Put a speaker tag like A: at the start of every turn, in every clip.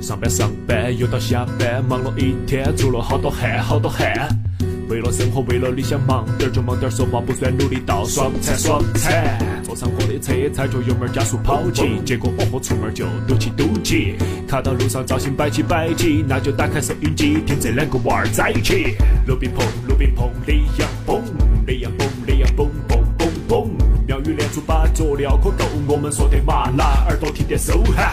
A: 上班上班，又到下班，忙了一天，出了好多汗，好多汗。为了生活，为了理想，忙点儿就忙点儿，说话不算，努力到爽惨爽惨。坐上我的车，踩着油门加速跑起，结果哦豁，出门就堵起堵起。看到路上造型摆起摆起，那就打开收音机，听这两个娃儿在一起。鲁冰碰，鲁冰碰，李阳蹦，李阳蹦，李阳蹦蹦蹦蹦。妙语连珠把佐料可够，我们说的麻辣，耳朵听得收哈。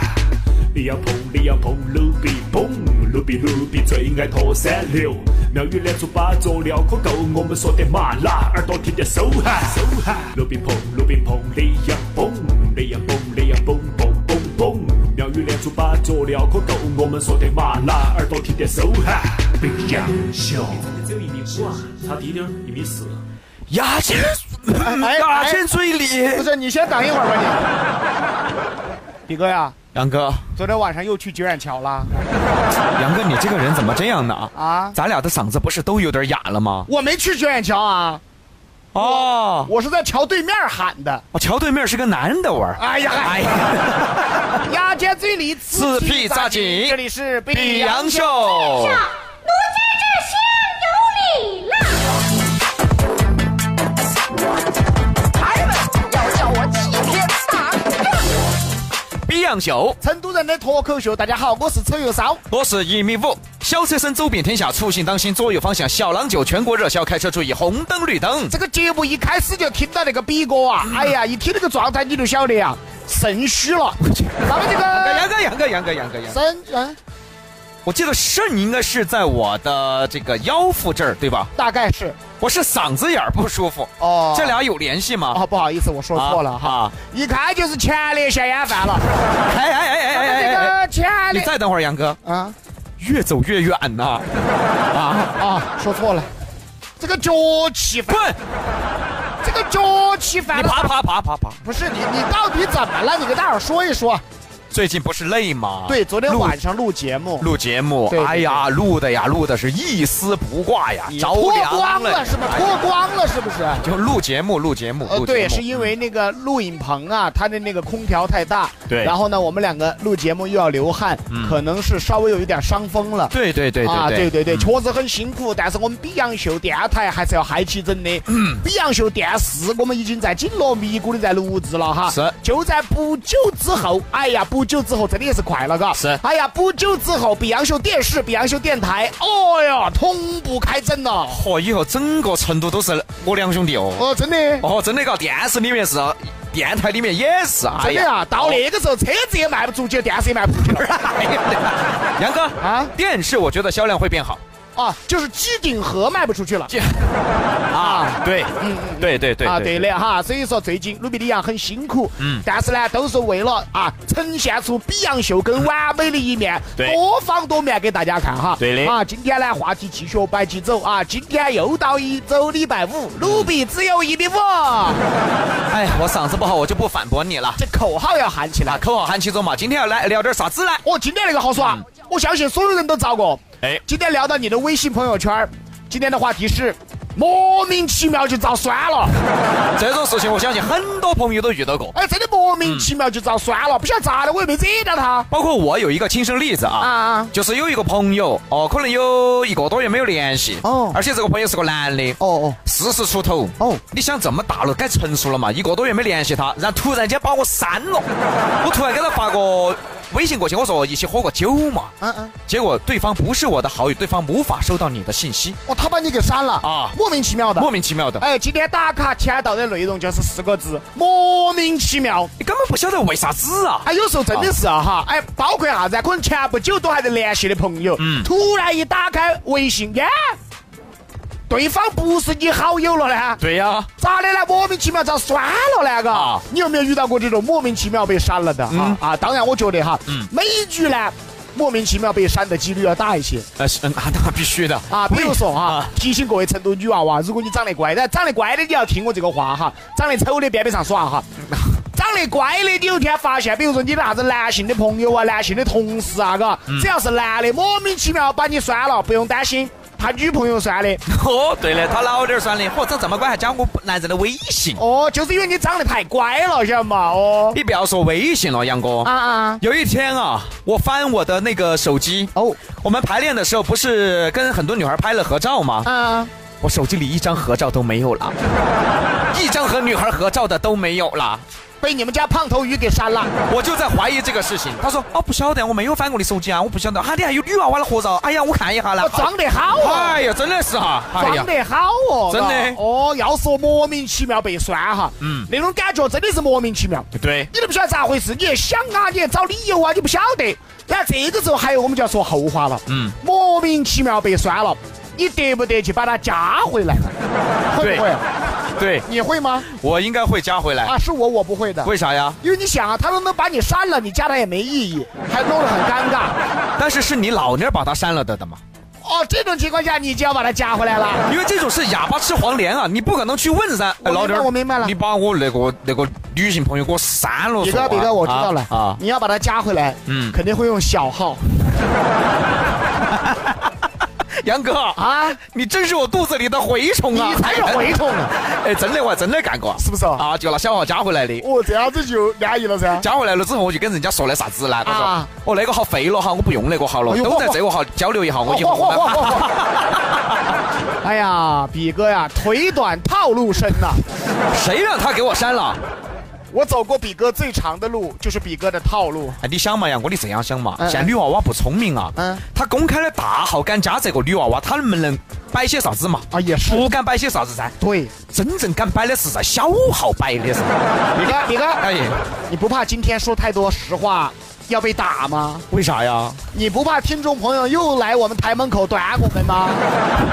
A: 李阳碰，李阳碰，鲁比蹦，鲁比鲁比最爱拖三六。妙语连珠把佐料可够，我们说的麻辣，耳朵听得收哈收哈。鲁比碰，鲁比碰，李阳蹦，李阳蹦，李阳蹦蹦蹦蹦。妙语连珠把佐料可够，我们说的麻辣，耳朵听得收哈。不一样，秀。只有一米五啊，差低点一米四。
B: 牙签，
C: 哎
B: 牙签最
C: 不
B: 厉。
C: 是，你先等一会儿吧 你。比哥呀，
B: 杨哥，
C: 昨天晚上又去九眼桥了
B: 杨哥，你这个人怎么这样呢？啊，
C: 啊？
B: 咱俩的嗓子不是都有点哑了吗？
C: 我没去九眼桥啊，
B: 哦，
C: 我是在桥对面喊的。
B: 我桥对面是个男的玩。
C: 哎呀，
B: 哎呀，
C: 牙尖嘴里
B: 四屁扎紧
C: 这里是
B: 比
C: 比
B: 杨
C: 杨
B: 秀
C: 秀。，
D: 奴家这厢有礼啦。孩儿们要叫我齐天大圣，
B: 比杨秀，
C: 成都人的脱口秀，大家好，我是丑油骚。
B: 我是一米五，小车身走遍天下，出行当心左右方向，小郎酒，全国热销，开车注意红灯绿灯。
C: 这个节目一开始就听到那个比哥啊，哎呀，一听那个状态你就晓得呀，肾虚了。咱们这
B: 杨
C: 个
B: 哥，杨哥，杨哥，杨哥，杨哥，
C: 肾嗯，
B: 我记得肾应该是在我的这个腰腹这儿，对吧？
C: 大概是
B: 我是嗓子眼儿不舒服，
C: 哦，
B: 这俩有联系吗？啊
C: 哦，不好意思，我说错了哈，
B: 哈。
C: 一看就是前列腺炎犯了。
B: 哎哎哎哎哎哎哎！
C: 这个前
B: 你
C: 列
B: 再等会儿，杨哥，
C: 啊
B: 越走越远呐！啊，
C: 啊，说错了，这个脚气犯，
B: 滚！
C: 这个脚气犯
B: 你
C: 了。
B: 爬爬爬爬爬！
C: 不是你，你到底怎么了？你跟大伙儿说一说。
B: 最近不是累吗？
C: 对，昨天
B: 录
C: 晚上录节目，
B: 录节目
C: 对，对
B: 哎呀，录的呀，录的是一丝不挂呀，
C: 你
B: 着
C: 脱
B: 凉
C: 光了是吗？
B: 哎
C: 脱光了是不是？
B: 就录节目，录节目，
C: 呃，
B: 录
C: 对，
B: 节目
C: 是因为那个录影棚啊，它的那个空调太大。
B: 对
C: 然后呢，我们两个录节目又要流汗，可能是稍微有一点伤风了。
B: 对对对
C: 啊，
B: 对
C: 对对对，确实很辛苦，但是我们比洋秀电台还是要嗨起整的。嗯，比洋秀电视我们已经在紧锣密鼓的在录制了哈。
B: 是
C: 就在不久之后，哎呀，不久之后真的也是快了，嘎。
B: 是
C: 哎呀，不久之后，比洋秀电视、比洋秀电台，哦哟，同步开整了。
B: 嚯，以后整个成都都是我两兄弟哦。
C: 哦，真的。
B: 哦，真的，个电视里面是，电台里面也是，哎
C: 真的啊，到那个时候车子也卖不出去，电视也卖不出去 了
B: 哎呀杨哥
C: 啊
B: 啊，电视我觉得销量会变好。
C: 啊，就是机顶盒卖不出去了
B: 啊，对，对对对
C: 啊，对的哈，所以说最近努比里昂很辛苦，嗯
B: 嗯，
C: 但是呢，都是为了啊呈现出比洋秀更完美的一面，
B: 对
C: 多方多面给大家看哈，
B: 对的
C: 啊，今天呢话题继续摆起走啊，今天又到一周礼拜
B: 嗯
C: 五，努比只有一米五，
B: 哎，我嗓子不好，我就不反驳你了。
C: 这口号要喊起来
B: 啊，。口号喊起走嘛，今天要来聊点啥子呢？
C: 哦，今天那个好耍，我相信所有人都找过。哎
B: 嗯哎，
C: 今天聊到你的微信朋友圈儿，今天的话题是莫名其妙就遭酸了。
B: 这种事情我相信很多朋友都遇到过，
C: 哎，真的莫
B: 嗯
C: 名其妙就遭酸了，不晓得咋的，我又没惹到他。
B: 包括我有一个亲身例子
C: 啊
B: 啊。
C: 啊！
B: 就是有一个朋友哦，可能有一个多月没有联系
C: 哦
B: 哦，而且这个朋友是个男的
C: 哦哦
B: 四十出头
C: 哦
B: 哦，你想这么大了，该成熟了嘛？一个多月没联系他，然后突然间把我删了，我突然给他发个微信过去，我说一起喝个酒嘛。
C: 嗯嗯，
B: 结果对方不是我的好友，对方无法收到你的信息，
C: 哦，他把你给删了啊
B: 啊，
C: 莫名其妙的
B: 莫。名其妙的，
C: 哎，今天打卡签到的内容就是四个字：莫名其妙。
B: 你根本不晓得为啥子啊！
C: 哎，有时候真的是啊哈，哎，包括啥子啊？可能前不久都还在联系的朋友，
B: 嗯
C: 突然一打开微信，耶，对方不是你好友了呢？
B: 对呀、
C: 咋的呢？莫名其妙遭删了呢？嘎、
B: 啊嗯
C: 你有没有遇到过这种莫名其妙被删了的哈、啊？当然，我觉得哈，每一句呢，莫名其妙被删的几率要大一些
B: 呃，是嗯啊，那必须的
C: 啊。比如说哈
B: 啊，
C: 提醒各位成都女娃娃，如果你长得乖的，长得乖的你要听我这个话哈，长得丑的边边上耍哈。长得乖的，你有一天发现，比如说你的啥子男性的朋友啊、男性的同事啊，嘎，只要是男的，莫名其妙把你删了，不用担心，他女朋友酸的。
B: 哦，对的，他老点儿酸的，嚯，长这么乖还加我男人的微信，
C: 哦，就是因为你长得太乖了，晓得嘛？ 哦，
B: 你不要说微信了，杨哥。
C: 啊啊，
B: 有一天啊，我翻我的那个手机，
C: 哦，
B: 我们排练的时候不是跟很多女孩拍了合照吗？
C: 啊，
B: 我手机里一张合照都没有了，一张和女孩合照的都没有了，
C: 被你们家胖头鱼给删了。
B: 我就在怀疑这个事情。他说：“哦，不晓得，我没有翻过你手机啊，我不晓得。啊，你还有女娃娃的合照？哎呀，我看一下啦
C: 哦，。长得好哦，
B: 哎呀，真的是哈，哎呀
C: 长，得好哦，
B: 真的
C: 嘎哦，要说莫名其妙被酸哈，嗯，那种感觉真的是莫名其妙。
B: 对，
C: 你都不晓得咋回事，你也想啊，你也找理由啊，你不晓得。然后这个时候还有我们就要说后话了，嗯，莫名其妙被酸了，你得不得去把他加回 来？会
B: 对哎
C: 不会？
B: 对，
C: 你会吗？
B: 我应该会加回来。
C: 啊，是我，我不会的。
B: 为啥呀？
C: 因为你想啊，他都能把你删了，你加他也没意义，还弄得很尴尬。
B: 但是是你老娘把他删了的的嘛。
C: 哦，这种情况下你就要把他加回来了。
B: 因为这种是哑巴吃黄连啊，你不可能去问噻。
C: 我明白
B: 哎老弟儿
C: 我明白了
B: 你把我那个那个女性朋友给我删了。
C: 比哥，
B: 说
C: 比哥，我知道了
B: 啊啊
C: 你要把他加回来，嗯，
B: 嗯
C: 肯定会用小号
B: 杨哥啊，
C: 啊，
B: 你真是我肚子里的蛔虫
C: 你
B: 啊！
C: 才是蛔虫呢，
B: 哎，真的我还真的干过，
C: 是不是啊？
B: 啊，就拿小号加回来的。
C: 哦，这样子就安逸了 噻。
B: 加回来了之后，我就跟人家说的啥子呢？他
C: 啊
B: 说：“哦，那个号废了哈，我不用那个号了
C: 哎，呦
B: 都在这个号交流一下，我以后
C: 嚯嚯嚯嚯
B: 我
C: 哎呀，比哥呀，腿短套路深呐、
B: 们 谁让他给我删了？
C: 我走过比哥最长的路，就是比哥的套路。
B: 哎，你想嘛，杨哥，你这样想嘛？
C: 嗯
B: 现在女娃娃不聪明啊，
C: 嗯
B: 她公开的大号敢加这个女娃娃，她能不能摆些啥子嘛？
C: 啊也是
B: 不敢摆些啥子噻。
C: 对，
B: 真正敢摆的是在小号摆的噻。
C: 比哥，比哥，
B: 哎，
C: 你不怕今天说太多实话要被打吗？
B: 为啥呀？
C: 你不怕听众朋友又来我们台门口打我们吗？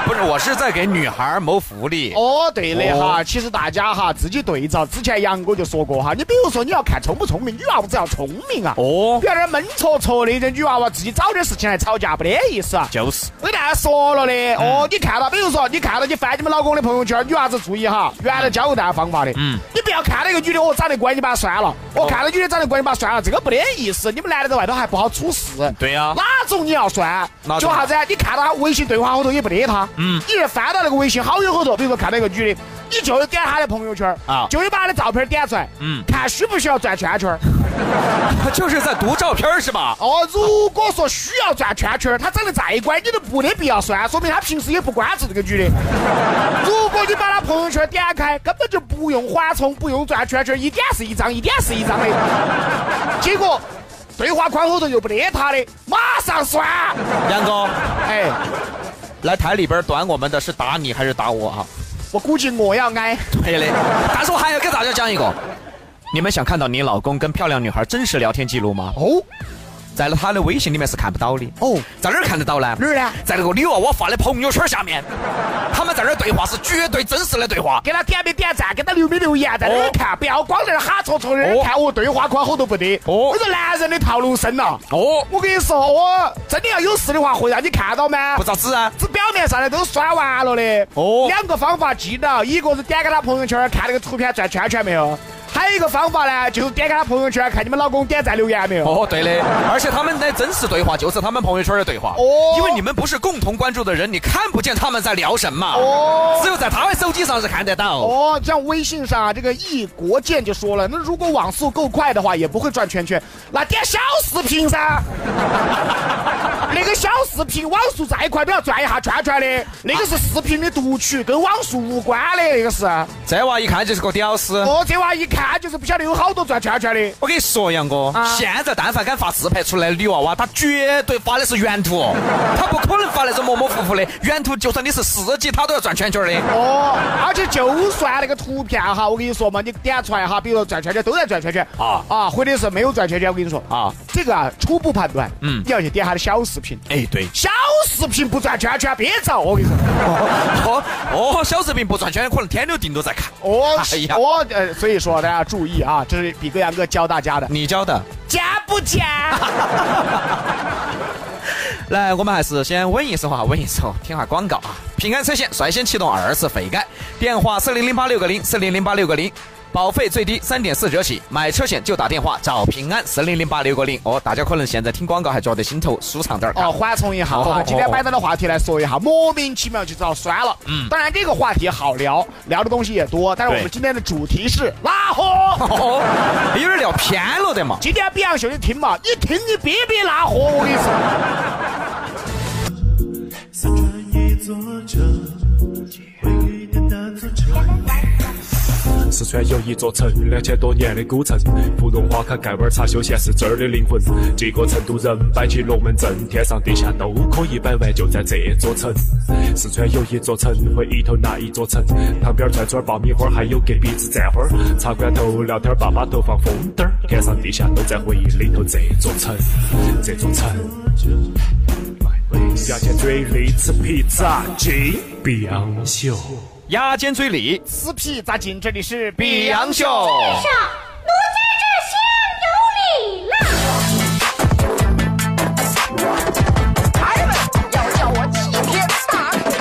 B: 不是，我是在给女孩谋福利。
C: 哦，对的哈，
B: 哦
C: 其实大家哈自己对照，之前杨哥就说过哈，你比如说你要看聪不聪明，女娃娃只要聪明啊，
B: 哦
C: 不，要在那儿闷戳戳的，这女娃娃自己找点事情来吵架，没得意思啊。
B: 就是，
C: 我跟大家说了的，
B: 嗯
C: 哦，你看到，比如说你看到你翻你们老公的朋友圈，女娃子注意哈，原来教过大家方法的，嗯，你不要看那个女的哦长得乖，你把她删了，
B: 哦
C: 我看到女的长得乖，你把她删了，这个没得意思，你们男的在外头还不好处事。
B: 对呀
C: 哪种你要删？
B: 哪
C: 就
B: 种
C: 啥子啊？你看到他微信对话后头也不得他，嗯，你翻到那个微信好友后头，比如说看到一个女的，你就点她的朋友圈
B: 啊
C: 就得把她的照片点出来，嗯，看需不需要转圈圈。
B: 就是在读照片儿是吧？
C: 哦，如果说需要转圈圈，他长得再乖，你都不得必要算，说明他平时也不关注这个女的。 如果你把他朋友圈点开，根本就不用缓冲，不用转圈圈，一点是一张，一点是一张的。结果对话框后头又不得他的，马上删。
B: 杨哥，
C: 哎，
B: 来台里边短我们的是打你还是打我啊？
C: 我估计我要挨。
B: 对嘞，但是我还要跟大家讲一个，你们想看到你老公跟漂亮女孩真实聊天记录吗？
C: 哦
B: 在他的微信里面是看不到的，
C: 哦，
B: 在哪儿看得到呢？
C: 哪儿呢？
B: 在那个女娃娃发的朋友圈下面，他们在那儿对话是绝对真实的对话。
C: 给他点没点赞，给他留没留言，在那儿
B: 哦
C: 看，不要光在那儿哈戳戳的
B: 哦
C: 看我对话框后头不得。
B: 哦
C: 我说男人的套路深了。
B: 哦，
C: 我跟你说，我真的要有事的话，会让你看到吗
B: 不？咋子啊？
C: 这表面上的都刷完了的。
B: 哦
C: 两个方法记到，一个是点开他朋友圈看那个图片转圈圈没有，还有一个方法呢，就是点开他朋友圈看你们老公点赞留言没有。
B: 哦，对的，而且他们的真实对话就是他们朋友圈的对话。
C: 哦
B: 因为你们不是共同关注的人，你看不见他们在聊什么。
C: 哦
B: 只有在他的手机上是看得到。
C: 哦，像微信上啊，这个一国建就说了，那如果网速够快的话，也不会转圈圈，那点小视频 噻。那个小视频网速再快都要转一下圈圈的，那个是视频的读取，跟网速无关的，那个是。
B: 这娃一看就是个屌丝。
C: 哦，这娃一看就是不晓得有好多转圈圈的。
B: 我跟你说，杨哥，
C: 啊
B: 现在但凡敢发自拍出来的女娃娃，她绝对发的是原图，她不可能发那种模模糊糊的。原图就算你是四 G，她都要转圈圈的。
C: 哦，而且就算那个图片哈，我跟你说嘛，你点出来哈，比如说转圈圈都在转圈圈啊
B: 啊
C: 啊，或者是没有转圈圈，我跟你说啊
B: 啊，
C: 这个啊初步判断，嗯
B: 嗯，
C: 你要去点他的小视频，
B: 哎，对。
C: 小视频不转圈圈别找，我跟你说，
B: 哦哦，小视频不转圈，可能天都顶都在看。
C: 哦
B: 哎呀
C: 哦呃，所以说大家注意啊，这是比哥杨哥教大家的，
B: 你教的。
C: 加不加？
B: 来，我们还是先稳一手哈，稳一手，听下广告啊。平安车险率先启动二次悔改，电话四零零八六个零四零零八六个零。保费最低三点四折起，买车险就打电话找平安四零零八六个零。哦，大家可能现在听广告还觉得心头舒畅点儿。 啊
C: 哦，缓冲一下
B: 好好
C: 哈
B: 好，
C: 今天摆到的话题来说一下，莫名其妙就找酸了。嗯，当然这个话题好聊，聊的东西也多，但是
B: 对
C: 我们今天的主题是拉货。
B: 哦，有点聊偏了的嘛。
C: 今天比洋秀，你听嘛，你听你别别拉货，我跟你说，
E: 身穿一座城，为你的单座城。
A: 四川有一座城，两千多年的古城，芙蓉花开，盖碗茶修仙是这儿的灵魂。几个成都人摆起龙门阵，天上地下都可以摆完，就在这座城。四川有一座城，回忆头那一座城，旁边串串爆米花，还有隔壁子蘸花儿，茶馆头聊天，爸爸头放风灯儿，天上地下都在回忆里头这座城，这座城。牙尖嘴利吃披萨，金碧昂秀。
B: 牙尖嘴利，
C: 死皮咋进？这里是
B: 比洋秀。
F: 奴在这心有理啦。
D: 孩们要叫我齐天大圣。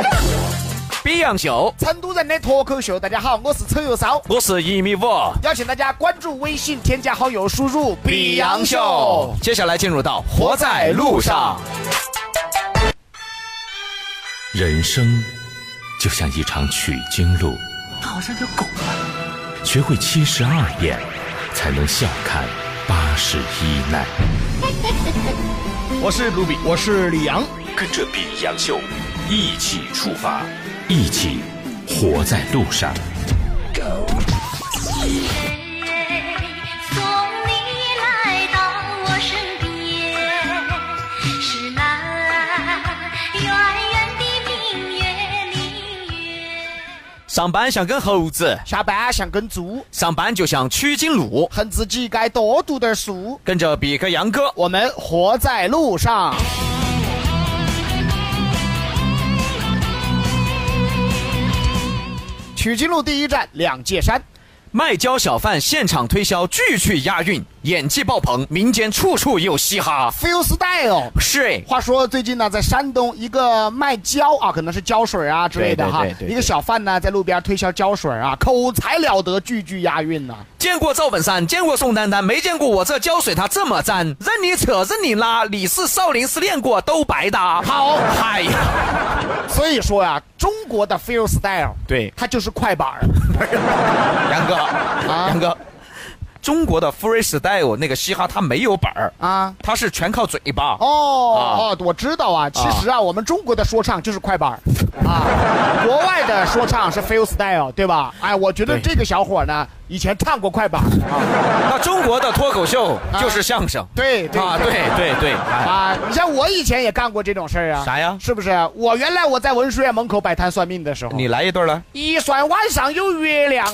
B: 比洋秀，
C: 成都人的脱口秀。大家好，我是丑又骚。
B: 我是一米五。
C: 邀请大家关注微信，添加好友，输入“比洋秀
B: 接下来进入到活在路上。
G: 人生就像一场取经路，好像条狗啊！学会七十二变，才能笑看八十一难。
B: 我是卢比，我是李阳。
G: 跟着比洋秀一起出发，一起活在路上。
F: 送你来到我身边，是那圆圆的明月，明月。
B: 上班像根猴子，”，
C: 下班像根猪，
B: 上班就像取经路，
C: 恨自己该多读点书。
B: 跟着比哥、杨哥，
C: 我们活在路上。取经路第一站两界山，
B: 卖椒小贩现场推销，句句押韵，演技爆棚，民间处处有嘻哈。
C: feel style。
B: 是，
C: 话说最近呢，在山东一个卖胶啊，可能是胶水啊之类的哈
B: 对对对，对
C: 一个小贩呢在路边推销胶水啊，口才了得，句句押韵呐、
B: 见过赵本山，见过宋丹丹，没见过我这胶水它这么粘，任你扯，任你拉，李氏少林寺练过都白搭。
C: 好
B: 嗨呀，
C: 所以说呀、中国的 feel style，
B: 对
C: 它就是快板儿。
B: 杨哥，
C: 啊
B: 杨哥，中国的 freestyle 那个嘻哈它没有板儿
C: 啊
B: 啊，它是全靠嘴巴。
C: 哦、哦，我知道啊。其实啊，我们中国的说唱就是快板儿啊，国外的说唱是 feel style，对吧？哎，我觉得
B: 对
C: 这个小伙呢，以前唱过快板儿啊。
B: 那中国的脱口秀就是相声。
C: 对对
B: 啊，对对对，哎
C: 啊，你像我以前也干过这种事儿啊。
B: 啥呀
C: 是不是？我原来我在文殊院门口摆摊算命的时候，
B: 你来一段来。
C: 一算晚上有月亮，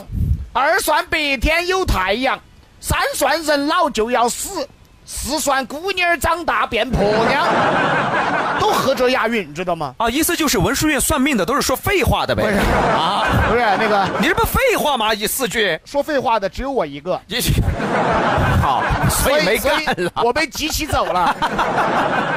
C: 二算白天有太阳，三算人老就要死，四算姑娘儿长大变婆 娘，都合着押韵，你知道吗？
B: 啊，意思就是文殊院算命的都是说废话的呗。啊，
C: 不是那个
B: 你这不废话吗？一四 句，
C: 说废话的只有我一个，
B: 一句，好，所以没干
C: 所以
B: 了。
C: 我被集齐走了。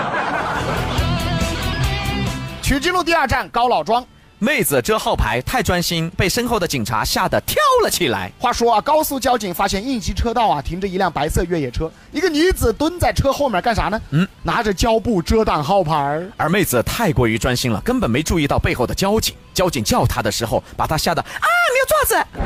C: 取经路第二站高老庄。
B: 妹子遮号牌太专心，被身后的警察吓得跳了起来。
C: 话说啊，高速交警发现应急车道啊停着一辆白色越野车，一个女子蹲在车后面干啥呢？嗯，拿着胶布遮挡号牌儿。
B: 而妹子太过于专心了，根本没注意到背后的交警。交警叫她的时候，把她吓得啊，你要爪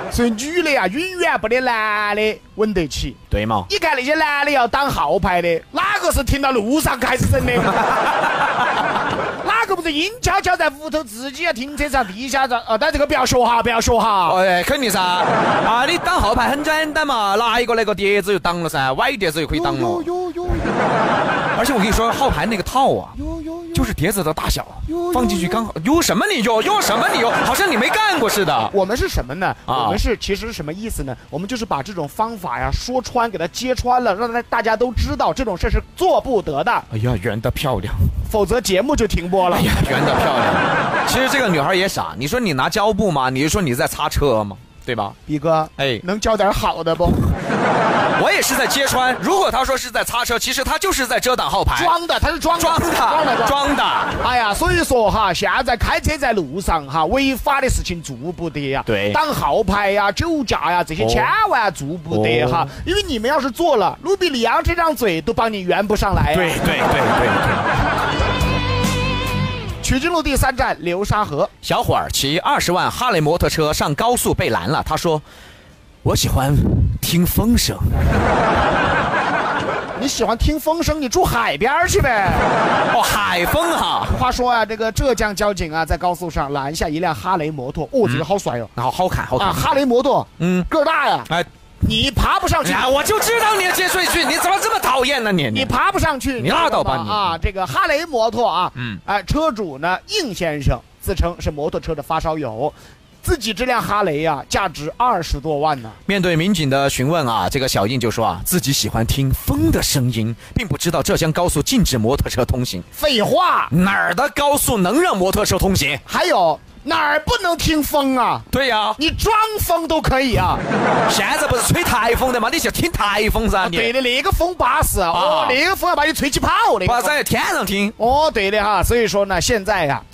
B: 子！
C: 所以女的呀、永远不得男的稳得起。
B: 对嘛？
C: 你看那些男的要挡号牌的，哪个是停到路上开始整的？ 哪个不是阴悄悄在屋头自己要停车场地下上？啊，但这个不要学哈，不要学哈。
B: 哎，肯定噻！啊，你挡号牌很简单嘛，拿一个那个碟子就挡了噻，歪碟子就可以挡
C: 哟
B: 了。
C: 哟哟
B: 而且我跟你说，号牌那个套啊，
C: 哟哟哟！
B: 就是碟子的大小，放进去刚好。有什么你有，有什么你有，好像你没干过似的。
C: 我们是什么呢？
B: 啊
C: 我们是其实是什么意思呢？我们就是把这种方法呀说穿，给它揭穿了，让大大家都知道这种事是做不得的，
B: 哎呀，圆的漂亮！
C: 否则节目就停播了
B: 哎。呀，圆的漂亮！其实这个女孩也傻，你说你拿胶布吗？你是说你在擦车吗？对吧？
C: 毕哥，
B: 哎
C: 能教点好的不？
B: 我也是在揭穿。如果他说是在擦车，其实他就是在遮挡号牌，
C: 装的，他是装的，
B: 哎装
C: 装的，
B: 的，
C: 装的。
B: 装的。
C: 哎呀，所以说哈，现在开车在路上哈，违法的事情做不得呀，
B: 对哦
C: 挡号牌呀、酒驾呀这些千万做不得哈，因为你们要是做了，卢比里昂这张嘴都帮你圆不上来呀。
B: 对对对对对，
C: 曲靖路第三站流沙河，
B: 小伙儿骑二十万哈雷摩托车上高速被拦了，他说：“我喜欢听风声。
C: 你喜欢听风声，你住海边儿去呗。”
B: 哦，海风哈、
C: 话说啊，这个浙江交警啊，在高速上拦下一辆哈雷摩托，哦，这个好帅哟、
B: 然后好看好看
C: 啊，。哈雷摩托，
B: 嗯
C: 个儿大呀，
B: 哎，
C: 你爬不上去，
B: 呀，啊我就知道你要接这一句，你怎么这么讨厌呢你？
C: 你爬不上去，
B: 你拉倒吧
C: 知道吗
B: 你
C: 啊！这个哈雷摩托啊，
B: 嗯
C: 哎，车主呢应先生自称是摩托车的发烧友，自己这辆哈雷呀、价值二十多万呢、
B: 面对民警的询问啊，这个小印就说啊，自己喜欢听风的声音，并不知道浙江高速禁止摩托车通行，
C: 废话，
B: 哪儿的高速能让摩托车通行？
C: 还有哪儿不能听风啊？
B: 对呀、
C: 你装风都可以啊！
B: 现在不是吹台风的吗？你就听台风噻，你
C: 对的，那个风巴适哦
B: 啊，
C: 那个风要把你吹起泡那个
B: 不要
C: 风。
B: 在天上听。
C: 哦，对的哈，所以说呢，现在呀、啊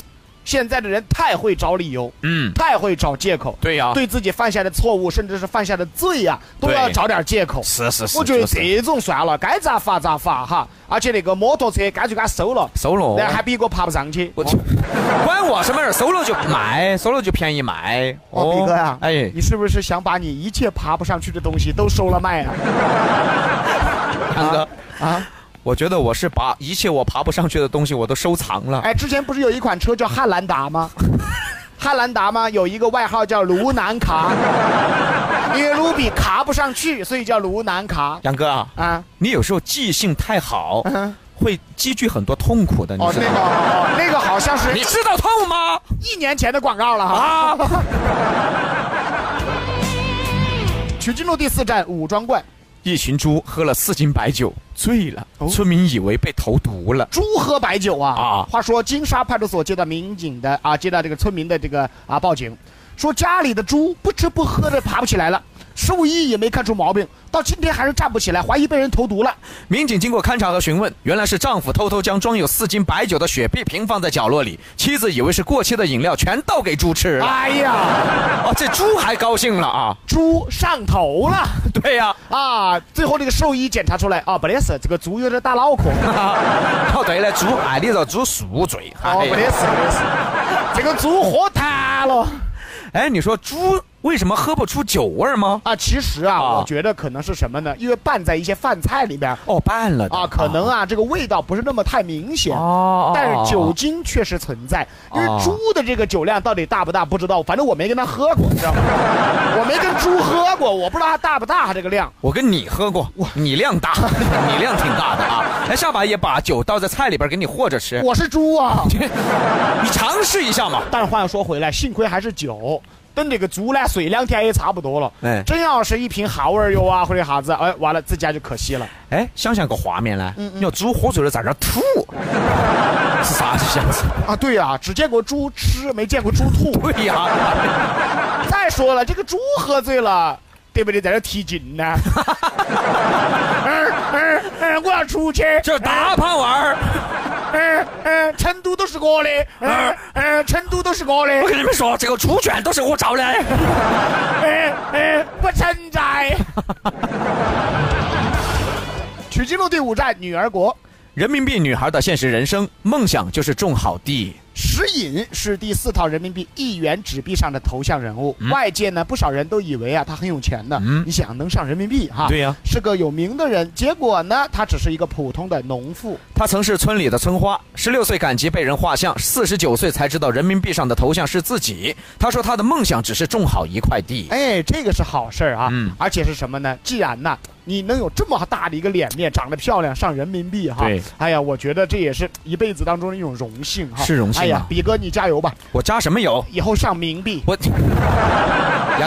C: 现在的人太会找理由，
B: 嗯，
C: 太会找借口，
B: 对呀
C: 对自己犯下的错误，甚至是犯下的罪呀、都
B: 对
C: 要找点借口。
B: 是是是，
C: 我觉得
B: 就是
C: 这种算了，该咋罚咋罚哈。而且那个摩托车干脆给他收了，
B: 收了
C: 然后还比我爬不上去。哦
B: 我去， 关我什么事儿？收了就买，收了就便宜买。
C: 哦，斌哥呀，
B: 哎
C: 你，是不是想把你一切爬不上去的东西都收了卖啊？
B: 安哥，
C: 啊，
B: 我觉得我是把一切我爬不上去的东西我都收藏了。
C: 哎，之前不是有一款车叫汉兰达吗？ 汉兰达吗？有一个外号叫卢南卡， 因为卢比卡不上去，所以叫卢南卡
B: 杨哥啊，
C: 啊。
B: 你有时候记性太好，
C: 嗯
B: 会积聚很多痛苦的，你
C: 哦，
B: 知
C: 那个
B: 道
C: 哦
B: 吗？
C: 哦那个好像是
B: 你知道痛 吗？
C: 一年前的广告了哈。
B: 啊！
C: 曲靖路第四站武装观，
B: 一群猪喝了四斤白酒，醉了，
C: 哦
B: 村民以为被投毒了。
C: 猪喝白酒啊！
B: 啊
C: 话说金沙派出所接到民警的啊，接到这个村民的这个啊报警，说家里的猪不吃不喝的爬不起来了，兽医也没看出毛病，到今天还是站不起来，怀疑被人投毒了。
B: 民警经过勘查和询问，原来是丈夫偷偷将装有四斤白酒的雪碧瓶放在角落里，妻子以为是过期的饮料，全倒给猪吃了。
C: 哎呀，
B: 哦，这猪还高兴了啊！
C: 猪上头 了
B: 对呀、
C: 啊！最后这个兽医检查出来啊，不得事，这个猪有点打脑 壳。
B: 哦对了，猪哎，你这猪宿醉。
C: 哦，
B: 哎
C: 不得
B: 呀
C: 事，不 得事，这个猪喝痰了。
B: 哎，你说猪为什么喝不出酒味儿吗？
C: 啊，其实啊，
B: 啊
C: 我觉得可能是什么呢？因为拌在一些饭菜里边
B: 哦，拌了的
C: 啊，可能啊，这个味道不是那么太明显。
B: 哦，
C: 但是酒
B: 哦
C: 精确实存在，因为
B: 哦
C: 猪的这个酒量到底大不大不知道，反正我没跟他喝过，你知 道吗？我没跟猪喝过，我不知道它大不大，它这个量。
B: 我跟你喝过，你 量大，你量挺大的啊！哎，下把也把酒倒在菜里边给你和着吃，
C: 我是猪啊！
B: 你尝试一下嘛。
C: 但是话又说回来，幸亏还是酒。跟这个猪呢，水两天也差不多了。
B: 哎
C: 真要是一瓶好味儿油啊，或者啥子，哎，完了自家就可惜了。
B: 哎，想想个画面来，
C: 嗯
B: 你要猪喝醉了在这儿吐，是啥 样子？
C: 啊，对呀、只见过猪吃，没见过猪吐。
B: 对呀、
C: 再说了，这个猪喝醉了，对不对？在这踢筋呢。嗯嗯嗯，我要出去。
B: 这大胖娃儿，
C: 嗯嗯，成都都是我的。
B: 哎
C: 嗯嗯，成都都是我的。
B: 我跟你们说，这个猪圈都是我造的。
C: 嗯嗯，不存在。 曲靖路第五站女儿国，
B: 人民币女孩的现实人生，梦想就是种好地。
C: 石隐是第四套人民币一元纸币上的头像人物，外界呢不少人都以为啊他很有钱的，
B: 嗯
C: 你想能上人民币哈？
B: 对呀
C: 是个有名的人，结果呢他只是一个普通的农妇。
B: 她曾是村里的村花，十六岁赶集被人画像，四十九岁才知道人民币上的头像是自己。她说她的梦想只是种好一块地。
C: 哎，这个是好事儿啊，
B: 嗯
C: 而且是什么呢？既然呐你能有这么大的一个脸面，长得漂亮，上人民币哈。
H: 对，
C: 哎呀，我觉得这也是一辈子当中的一种荣幸哈。
B: 是荣幸啊
C: 哎呀，比哥你加油吧，
B: 我加什么油？
C: 以后上冥币，
B: 我，
C: 以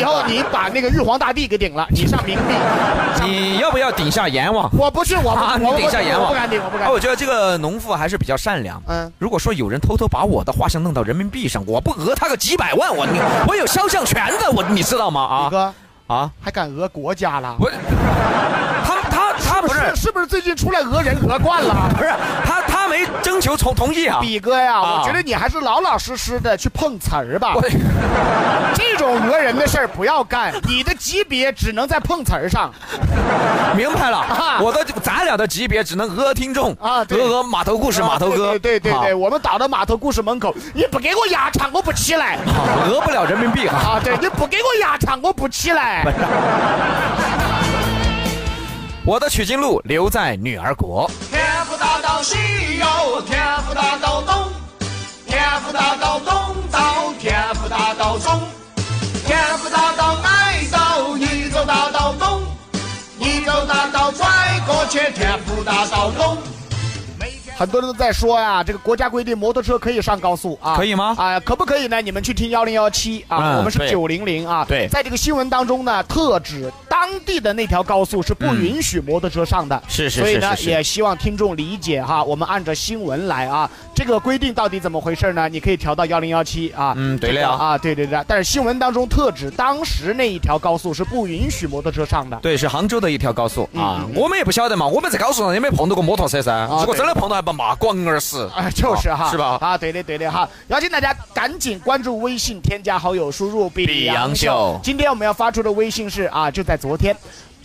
B: 杨
C: 后
B: 哥，
C: 你把那个玉皇大帝给顶了，你上冥币。
B: 你要不要顶下阎王？
C: 我不是，我不
B: 啊，你
C: 我不
B: 顶下阎王
C: 我不敢顶，我不敢
B: 啊，
C: 顶。
B: 我觉得这个农妇还是比较善良。
C: 嗯，
B: 如果说有人偷偷把我的画像弄到人民币上，我不讹他个几百万，我你我有肖像权的，我你知道吗
C: 比？哥
B: 啊啊，
C: 还敢讹国家了？
B: 我他他他不是啊
C: 是是不是最近出来讹人讹惯了？
B: 不是他他没征求同同意啊？
C: 比哥呀，
B: 啊
C: 我觉得你还是老老实实的去碰瓷儿吧
B: 我。
C: 这种讹人的事儿不要 干，你的级别只能在碰瓷儿上。
B: 明白了
C: 啊，
B: 我的咱俩的级别只能讹听众
C: 啊对
B: 讹讹码头故事码头哥，
C: 啊对对对对对，
B: 啊，
C: 我们倒到码头故事门口，你不给我鸭肠，我不起来。
B: 啊讹不了人民币啊。
C: 啊，对，你不给我鸭肠，我不起来。
B: 我的取经路留在女儿国，
I: 天府大道西哟，天府大道东，天府大道东到天府大道中，天府大道挨到一走大道东，一走大道转过去天府大道东。
C: 很多人都在说呀、这个国家规定摩托车可以上高速啊，
B: 可以吗
C: 啊、可不可以呢？你们去听幺零幺七啊，
B: 嗯
C: 我们是
B: 对
C: 九零零啊。
B: 对
C: 在这个新闻当中呢，特指当地的那条高速是不允许摩托车上的，
B: 嗯是是
C: 所以
B: 是
C: 呢，
B: 是是
C: 也希望听众理解哈，我们按照新闻来啊，这个规定到底怎么回事呢？你可以调到幺零幺七啊。
B: 嗯对了呀
C: 这个啊，对对对，但是新闻当中特指当时那一条高速是不允许摩托车上的。
B: 对，是杭州的一条高速啊
C: 嗯嗯。啊
B: 我们也不晓得嘛，我们在高速上也没碰到过摩托车噻。如果
C: 对
B: 真的碰到，还把骂光而死。
C: 啊，就是哈，
B: 是吧？
C: 啊，对的，对的哈，邀请大家赶紧关注微信，添加好友，输入“比
B: 洋
C: 杨
B: 秀
C: 秀”。今天我们要发出的微信是啊，就在昨天，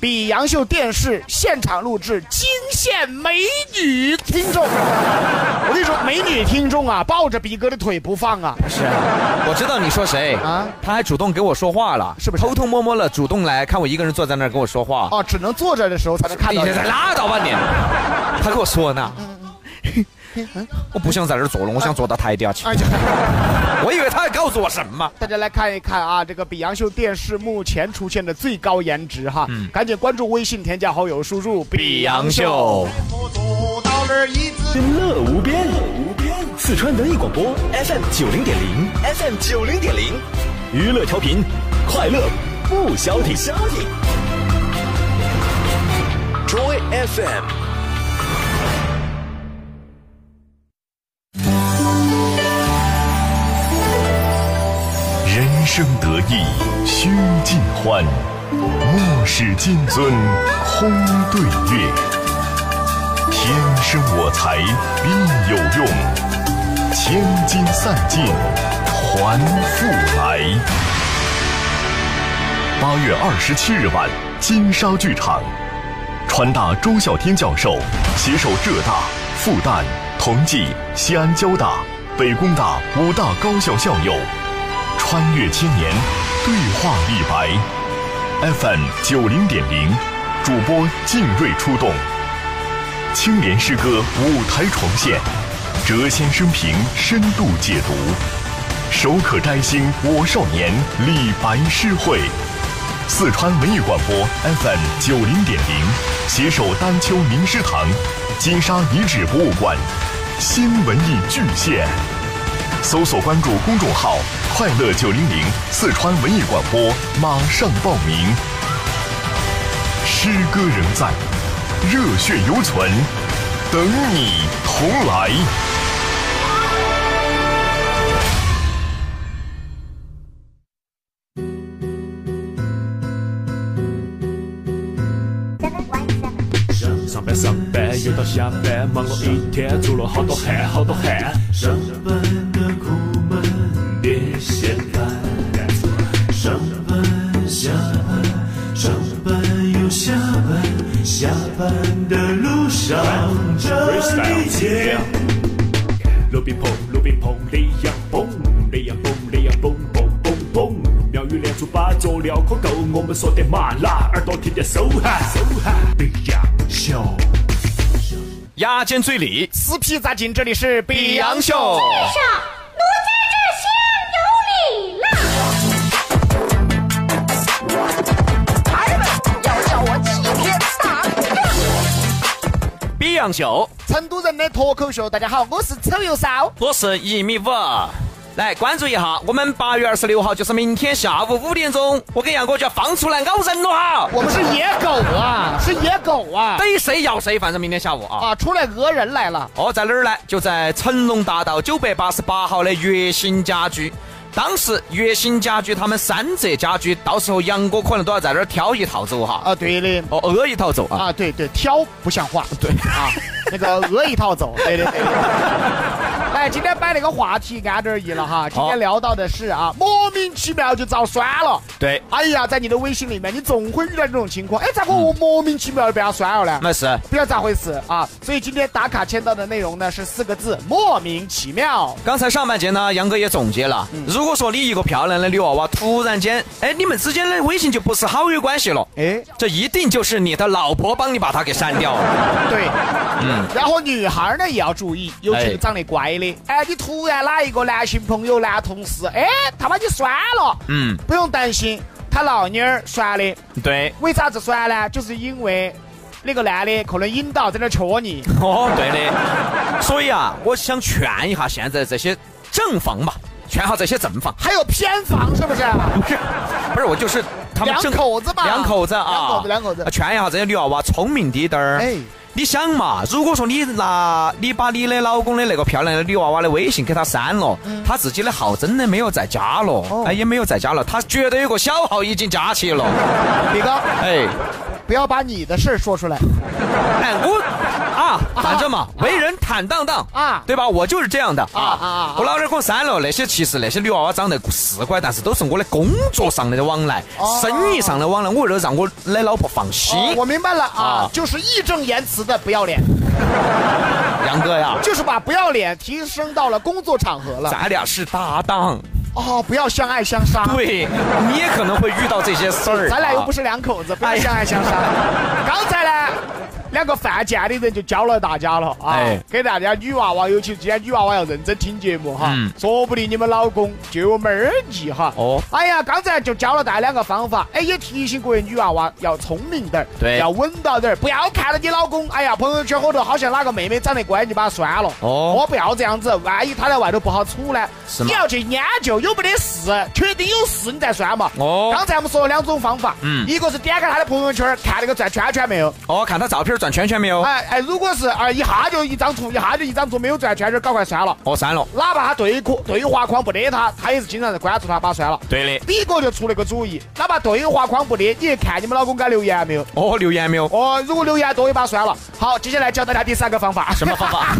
C: 比杨秀电视现场录制惊现美女听众。我跟你说，美女听众啊，抱着比哥的腿不放啊，
B: 是，我知道你说谁啊
C: 啊？
B: 他还主动给我说话了，
C: 是不是
B: 偷偷摸摸了，主动来看我一个人坐在那儿跟我说话。
C: 哦，只能坐着的时候才能看
B: 你
C: 到人。
B: 拉倒 吧你！他跟我说呢，
C: 嗯
B: 我不想在这儿坐了，我想坐到台底下去。
C: 哎就
B: 我以为他要告诉我什么。
C: 大家来看一看啊，这个比杨秀电视目前出现的最高颜值哈，
B: 嗯
C: 赶紧关注微信，添加好友，输入“比杨秀”。
I: 佛祖到那儿一字
E: 真乐无边，无边。四川文艺广播 FM 九零点零，FM 九零点零，娱乐调频，快乐不消停。消停。Joy FM。
J: 人生得意须尽欢，莫使金樽空对月。天生我材必有用，千金散尽还复来。八月二十七日晚，金沙剧场，川大周孝天教授携手浙大、复旦、同济、西安交大、北工大五大高校校友，穿越千年，对话李白。FM 九零点零，主播静瑞出动，青莲诗歌舞台重现，谪仙生平深度解读，手可摘星我少年李白诗会。四川文艺广播 FM 九零点零，携手丹丘名师堂、金沙遗址博物馆，新文艺巨献。搜索关注公众号“快乐九零零”，四川文艺广播，马上报名。诗歌仍在，热血犹存，等你同来。
A: 上班上班又到下班，忙了一天，出了好多汗，好多汗。上班的苦闷别嫌烦，上班下班，上班又下班，下班的路上这里见。路边碰，路边碰，雷呀蹦，雷呀蹦，雷呀蹦蹦蹦蹦。妙语连珠把佐料可够，我们说点麻辣，耳朵听见手汗，手汗。比洋秀，
B: 压尖最里，
C: 撕皮砸筋，这里是比
B: 杨
C: 杨
B: 秀
C: 秀。
F: 上，奴家这厢有礼了。
D: 孩儿们要叫我齐天大
B: 洋秀，
C: 成都人的脱口秀。大家好，我是丑油烧。
B: 我是一米五。来关注一下，我们八月二十六号就是明天下午五点钟，我跟杨哥就要放出来咬人了哈！
C: 我们是野狗啊，是野狗啊！
B: 逮谁咬谁，反正明天下午啊。
C: 啊，出来讹人来了。
B: 哦，在哪儿呢？就在成龙大道九百八十八号的月星家居。当时月星家居他们三折家居，到时候杨哥可能都要在那儿挑一套走哈。
C: 啊，对的。
B: 哦，讹一套走啊。
C: 啊，对对，挑不像话。对 啊，那个讹一套走。对对 对。来，哎今天摆了个话题，安点儿意了哈。今
B: 好
C: 天聊到的是啊，莫名其妙就遭酸了。
B: 对，
C: 哎呀，在你的微信里面，你总会遇到这种情况。哎，咋个我莫名其妙就被他酸了呢？
B: 那是。
C: 不知道咋回事啊！所以今天打卡签到的内容呢是四个字：莫名其妙。
B: 刚才上半节呢，杨哥也总结了，如果说你一个漂亮的女娃娃突然间，哎，你们之间的微信就不是好友关系了，
C: 哎，
B: 这一定就是你的老婆帮你把她给删掉了。
C: 对，嗯。然后女孩呢也要注意，尤其是长得乖的。哎，你突然拉一个男性朋友、男同事，哎，他把你酸了，
B: 嗯，
C: 不用担心，他老妞儿酸的。
B: 对，
C: 为啥子酸呢？就是因为那个男的可能引导在那儿戳你。
B: 哦，对的。所以啊，我想劝一下现在这些正房嘛，劝下这些正房，
C: 还有偏房 是不是？
B: 不是，不是，我就是他们
C: 两
B: 正
C: 口子嘛
B: 两口子啊，
C: 两口子两口子
B: 劝一下这些女娃娃聪明滴点儿。
C: 哎
B: 你想嘛，如果说你拿你把你的老公的那个漂亮的女娃娃的微信给他删了，
C: 嗯
B: 他自己的号真的没有再加了，
C: 哦
B: 哎也没有再加了，他绝对有个小号已经加起 了，
C: 李哥，
B: 哎，
C: 不要把你的事儿说出来。
B: 哎我啊，反正嘛，为人坦荡荡
C: 啊
B: 对吧？我就是这样的啊
C: 啊啊
B: 我老二给我删了那些，其实那些女娃娃长得是乖，但是都是我的工作上的往来，生意上的往来，我为了让我的老婆放心，
C: 哦我明白了啊
B: 啊，
C: 就是义正言辞的不要脸。
B: 杨哥呀，
C: 就是把不要脸提升到了工作场合了。
B: 咱俩是搭档。
C: 哦，不要相爱相杀。，
B: 对你也可能会遇到这些事儿啊，
C: 咱俩又不是两口子，不要
B: 哎呀
C: 相爱相 杀。刚才呢，两个犯贱的人就教了大家了啊，
B: 哎
C: 给大家女娃娃，尤其是今天女娃娃要认真听节目哈，
B: 嗯
C: 说不定你们老公就有门儿计哈。
B: 哦
C: 哎呀，刚才就教了大家两个方法，哎，也提醒各位女娃娃要聪明点儿，
B: 对
C: 要稳到点儿，不要看到你老公，哎呀，朋友圈后头好像哪个妹妹长得乖，你就把她删了。
B: 哦
C: 哦，不要这样子，万一他在外头不好处呢？
B: 是
C: 你
B: 吗
C: 要去研究有没得事，确定有事你再算嘛。
B: 哦
C: 刚才我们说了两种方法，
B: 嗯
C: 一个是点开他的朋友圈看那个转圈圈没有，
B: 哦，看他照片转圈圈没有？
C: 哎哎，如果是啊一下就一张图，一下就一张图没有转圈圈，赶快删了。
B: 哦，删了。
C: 哪怕他对过对话框不得他，他也是经常在关注他，把他删了。
B: 对的。
C: 第一个就出了个主意，哪怕对话框不得，你也看你们老公给他留言没有？
B: 哦，留言没有？
C: 哦，如果留言多，也把他删了。好，接下来教大家第三个方法，
B: 什么方法？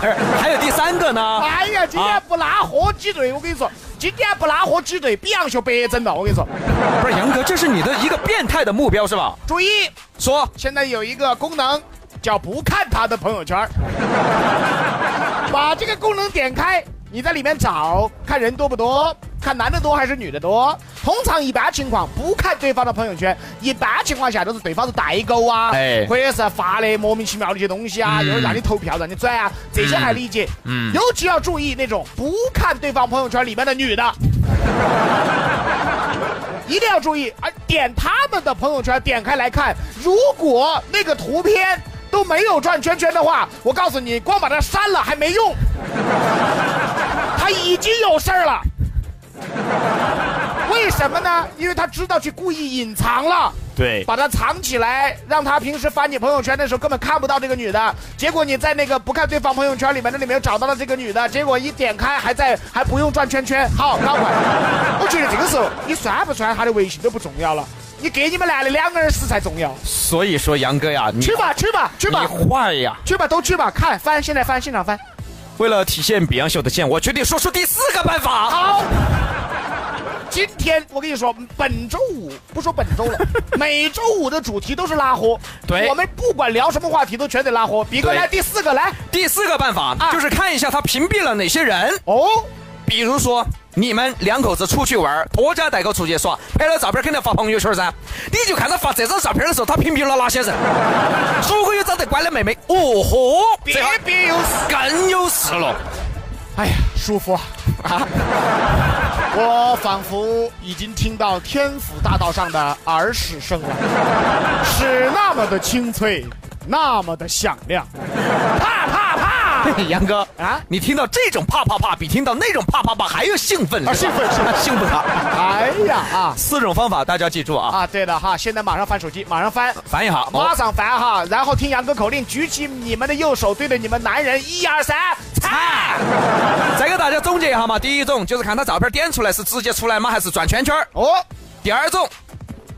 B: 哎还有第三个呢？
C: 哎呀，今天不拉火鸡队，我跟你说，今天不拉火鸡队，比洋秀白整了。我跟你说，
B: 不是杨哥，这是你的一个变态的目标是吧？
C: 注意，
B: 说
C: 现在有一个功能叫不看他的朋友圈儿， 把这个功能点开，你在里面找，看人多不多，看男的多还是女的多。通常一般情况不看对方的朋友圈，一般情况下都是对方是代购啊，
B: 哎
C: 或者是发的莫名其妙的一些东西啊，有人让你投票让你转啊，这些还理解。嗯，尤其要注意那种不看对方朋友圈里面的女的。一定要注意，而点他们的朋友圈，点开来看，如果那个图片都没有转圈圈的话，我告诉你，光把它删了还没用，他已经有事儿了。为什么呢？因为他知道去故意隐藏了。
B: 对，
C: 把它藏起来，让他平时翻你朋友圈的时候根本看不到这个女的。结果你在那个不看对方朋友圈里面的里面找到了这个女的，结果一点开还在还不用转圈圈，好，赶快！我觉得这个时候你删不删她的微信都不重要了，你给你们男的两个人死才重要。
B: 所以说杨哥呀，你
C: 去吧，去吧，去吧，
B: 你坏呀！
C: 去吧，都去吧，看翻，现在翻，现场翻。
B: 为了体现比洋秀的贱，我决定说出第四个办法。
C: 好，今天我跟你说，本周五不说本 周了，每周五的主题都是拉货。
B: 对
C: 我们不管聊什么话题都全得拉货。比哥
B: 对
C: 来第四个来
B: 第四个办法
C: 啊
B: 就是看一下他屏蔽了哪些人。
C: 哦。
B: 比如说，你们两口子出去玩儿，拖家带口出去耍，拍了照片肯定要发朋友圈噻。你就看他发这张照片的时候，他屏蔽了哪些人？如果有长得乖的妹妹，哦豁，这
C: 别
B: 下
C: 别有死，
B: 更有事了。
C: 哎呀，舒服啊！ 我仿佛已经听到天府大道上的儿时声了，是那么的清脆，那么的响亮。啪啪 啪！
B: 杨哥啊
C: 啊，
B: 你听到这种啪啪啪，比听到那种啪啪啪还要兴奋，是吧
C: 啊兴奋兴奋
B: 兴奋啊！
C: 哎呀啊
B: 四种方法大家记住啊，
C: 啊！对了哈，现在马上翻手机，马上翻。
B: 翻译好，
C: 马上翻哈，然后听杨哥口令，举起你们的右手，对着你们男人，一二三，
B: 菜。再给大家总结一下嘛，第一种就是看他照片点出来是直接出来吗，还是转圈圈儿
C: 哦，
B: 第二种，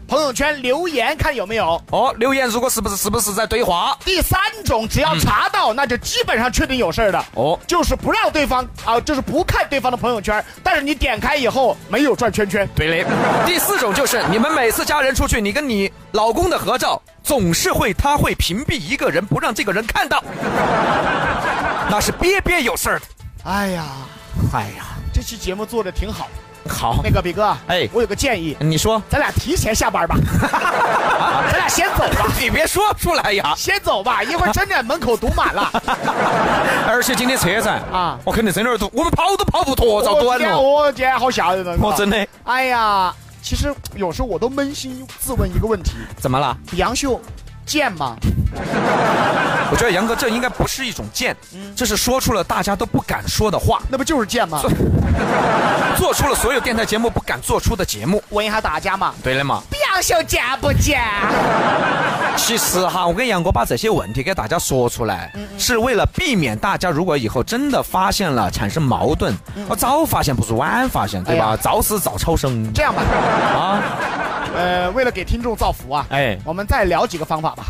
C: 朋友圈留言看有没有。
B: 哦，留言如果是不是是不是在对话？
C: 第三种，只要查到，那就基本上确定有事儿的。
B: 嗯哦
C: 就是不让对方啊、就是不看对方的朋友圈，但是你点开以后没有转圈圈。
B: 对嘞。第四种就是你们每次家人出去，你跟你老公的合照总是会他会屏蔽一个人，不让这个人看到， 那是憋憋有事儿的。
C: 哎呀，
B: 哎呀，
C: 这期节目做的挺好。
B: 好
C: 那，个比哥，啊
B: 哎
C: 我有个建议，
B: 你说，
C: 咱俩提前下 班吧，咱俩先走吧，
B: 你别说出来呀。
C: 先走吧，一会儿真的门口堵满了。
B: 而且今天车站啊
C: 啊，
B: 我肯定真的有点堵，我们跑都跑不脱，遭
C: 我
B: 短
C: 今天
B: 了。
C: 我今天好吓人呢，
B: 我真的，
C: 哎呀，其实有时候我都扪心自问一个问题：
B: 怎么了？
C: 杨秀贱吗？
B: 我觉得杨哥这应该不是一种贱，这是说出了大家都不敢说的话，
C: 那不就是贱吗
B: 做？做出了所有电台节目不敢做出的节目。
C: 问一下大家嘛，
B: 对了嘛，
C: 杨秀贱不贱？
B: 其实哈，我跟杨哥把这些问题给大家说出来，是为了避免大家如果以后真的发现了产生矛盾，我早发现不是晚发现，对
C: 哎
B: 吧？
C: 呀
B: 早死早超 生
C: 这样吧，
B: 啊！
C: 呃，为了给听众造福啊，
B: 哎
C: 我们再聊几个方法吧。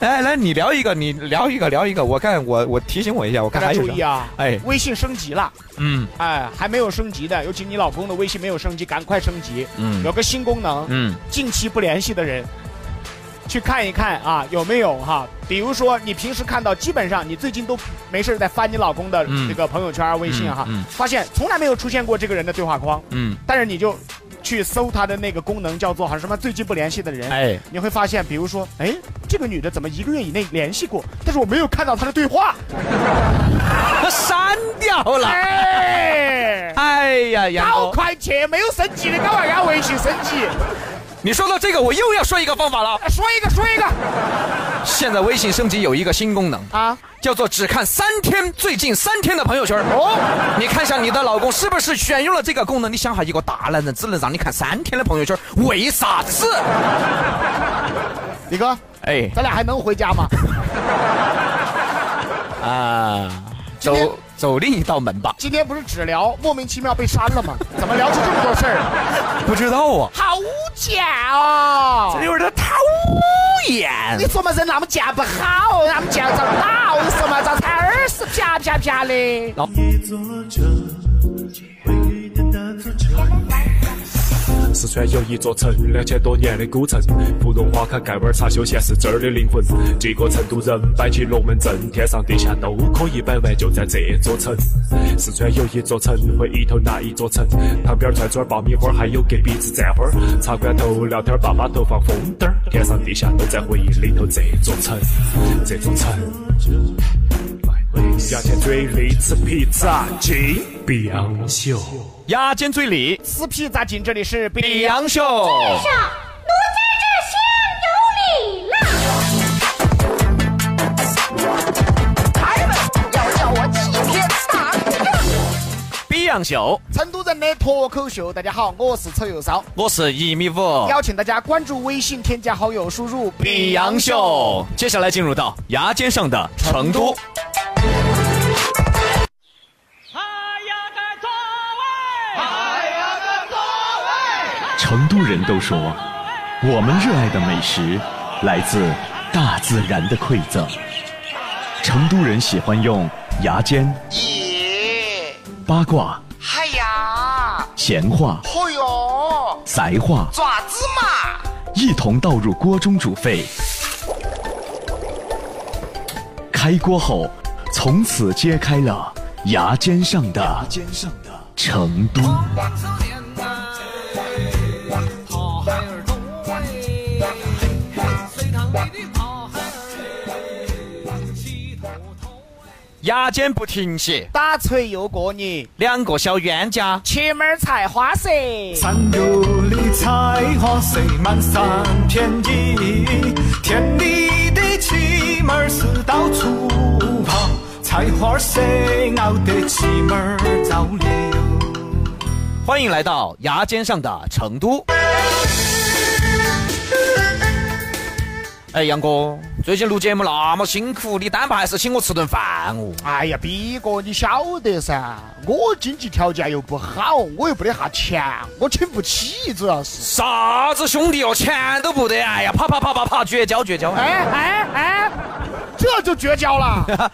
B: 哎，来你聊一个，你聊一个，聊一个，我看我我提醒我一下，我
C: 大家
B: 看还有
C: 注
B: 什
C: 意
B: 么？
C: 啊，
B: 哎
C: 微信升级了，
B: 嗯
C: 哎，还没有升级的，尤其你老公的微信没有升级，赶快升级。
B: 嗯
C: 有个新功能，
B: 嗯，
C: 近期不联系的人，去看一看啊，有没有哈？比如说你平时看到，基本上你最近都没事儿在翻你老公的
B: 嗯
C: 这个朋友圈儿、微信啊哈
B: 嗯嗯，
C: 发现从来没有出现过这个人的对话框，
B: 嗯，
C: 但是你就去搜他的那个功能，叫做好像什么最近不联系的人。
B: 哎，
C: 你会发现，比如说，哎，这个女的怎么一个月以内联系过，但是我没有看到她的对话。
B: 删掉了。
C: 哎，
B: 哎呀，杨
C: 好
B: 哥，
C: 快去，没有升级的，赶快让微信升级。
B: 你说到这个，我又要说一个方法了。
C: 哎说一个，说一个
B: 现在微信升级有一个新功能，
C: 啊！
B: 叫做只看三天最近三天的朋友圈。
C: 哦，
B: 你看一下你的老公是不是选用了这个功能？你想哈，一个大男人只能让你看三天的朋友圈，为啥子？
C: 李哥，
B: 哎
C: 咱俩还能回家吗？
B: 啊，
C: 今
B: 走走另一道门吧。
C: 今天不是只聊莫名其妙被删了吗？ 怎么聊出这么多事儿？
B: 不知道啊，
C: 好假哦！
B: 有点讨厌
C: 你。说嘛，人那么假不好，那么假长大，你说嘛，咋才二十啪啪啪的？
A: 四川有一座城，两千多年的古城，芙蓉花开盖碗茶休闲是这儿的灵魂。几个成都人摆起龙门阵，天上地下都可以摆完，就在这座城。四川有一座城，回忆头那一座城，旁边串串爆米花，还有隔壁子蘸花儿，茶馆头聊天，爸妈头放风灯儿，天上地下都在回忆里头。这座城，这座城。牙尖嘴里吃披萨，金碧昂秀。
B: 牙尖嘴里，
C: 撕屁咋紧？这里是
B: 李
C: 比
B: 阳秀。
F: 上，奴家这厢有礼了。
D: 孩子们要叫我齐天大圣。
B: 比阳秀，
C: 成都人的脱口秀。大家好，我是丑又骚，
B: 我是一米五。
C: 邀请大家关注微信，添加好友，输入“
B: 比阳秀，接下来进入到牙尖上的成都。
E: 成都人都说，我们热爱的美食来自大自然的馈赠。成都人喜欢用牙尖、
I: 咦，
E: 八卦、
I: 哎呀，
E: 闲话、
I: 嚯哟，
E: 宅话
I: 爪子嘛，
E: 一同倒入锅中煮沸。开锅后，从此揭开了牙尖上的牙尖上的成都。
B: 牙尖不停歇，
C: 打锤又过你，
B: 两个小冤家。
C: 前门采花色。
E: 山沟里采
I: 河水漫山遍野，田里的妻妹儿是到处跑，菜花蛇熬得妻妹儿着了。
B: 欢迎来到牙尖上的成都。哎，杨哥，最近录节目那么辛苦，你单怕还是请我吃顿饭哦？
C: 哎呀，比哥，你晓得噻，我经济条件又不好，我又没得啥钱，我请不起，主要是。
B: 啥子兄弟哦，钱都不得！哎呀，啪啪啪啪啪，绝交绝交！
C: 哎哎哎，这就绝交了。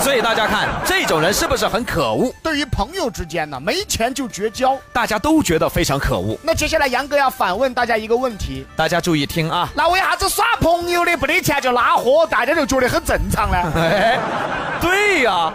B: 所以大家看，这种人是不是很可恶？
C: 对于朋友之间呢，没钱就绝交。
B: 大家都觉得非常可恶。
C: 那接下来杨哥要反问大家一个问题：
B: 大家注意听啊！
C: 那为啥子耍朋友的不得钱就拉货，大家就觉得很正常 呢？
B: 哎，对呀、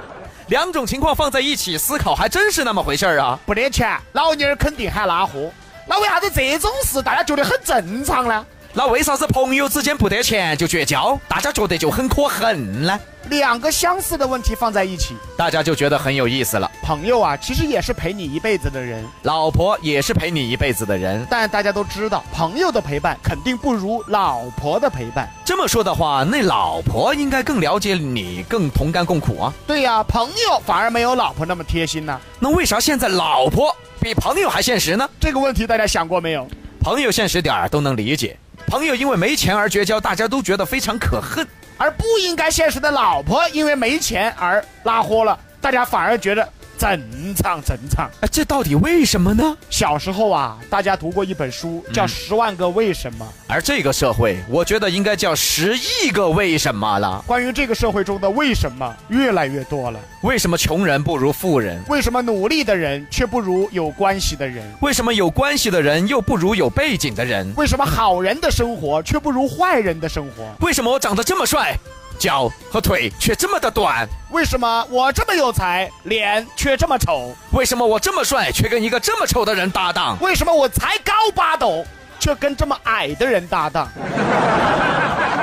B: 两种情况放在一起思考，还真是那么回事儿啊！
C: 不得钱，老娘儿肯定喊拉货。那为啥子这种事大家觉得很正常呢？
B: 那为啥子朋友之间不得钱就绝交，大家觉得就很可恨呢？
C: 两个相似的问题放在一起，
B: 大家就觉得很有意思了。
C: 朋友啊，其实也是陪你一辈子的人，
B: 老婆也是陪你一辈子的人，
C: 但大家都知道，朋友的陪伴肯定不如老婆的陪伴。
B: 这么说的话，那老婆应该更了解你，更同甘共苦啊。
C: 对呀、朋友反而没有老婆那么贴心呢、
B: 那为啥现在老婆比朋友还现实呢？
C: 这个问题大家想过没有？
B: 朋友现实点儿都能理解，朋友因为没钱而绝交，大家都觉得非常可恨。
C: 而不应该现实的老婆因为没钱而拉豁了，大家反而觉得正常正常。
B: 哎，这到底为什么呢？
C: 小时候啊，大家读过一本书叫《十万个为什么》，
B: 而这个社会，我觉得应该叫十亿个为什么了。
C: 关于这个社会中的为什么越来越多了，
B: 为什么穷人不如富人？
C: 为什么努力的人却不如有关系的人？
B: 为什么有关系的人又不如有背景的人？
C: 为什么好人的生活却不如坏人的生活？
B: 为什么我长得这么帅，脚和腿却这么的短？
C: 为什么我这么有才，脸却这么丑？
B: 为什么我这么帅，却跟一个这么丑的人搭档？
C: 为什么我才高八斗，却跟这么矮的人搭档？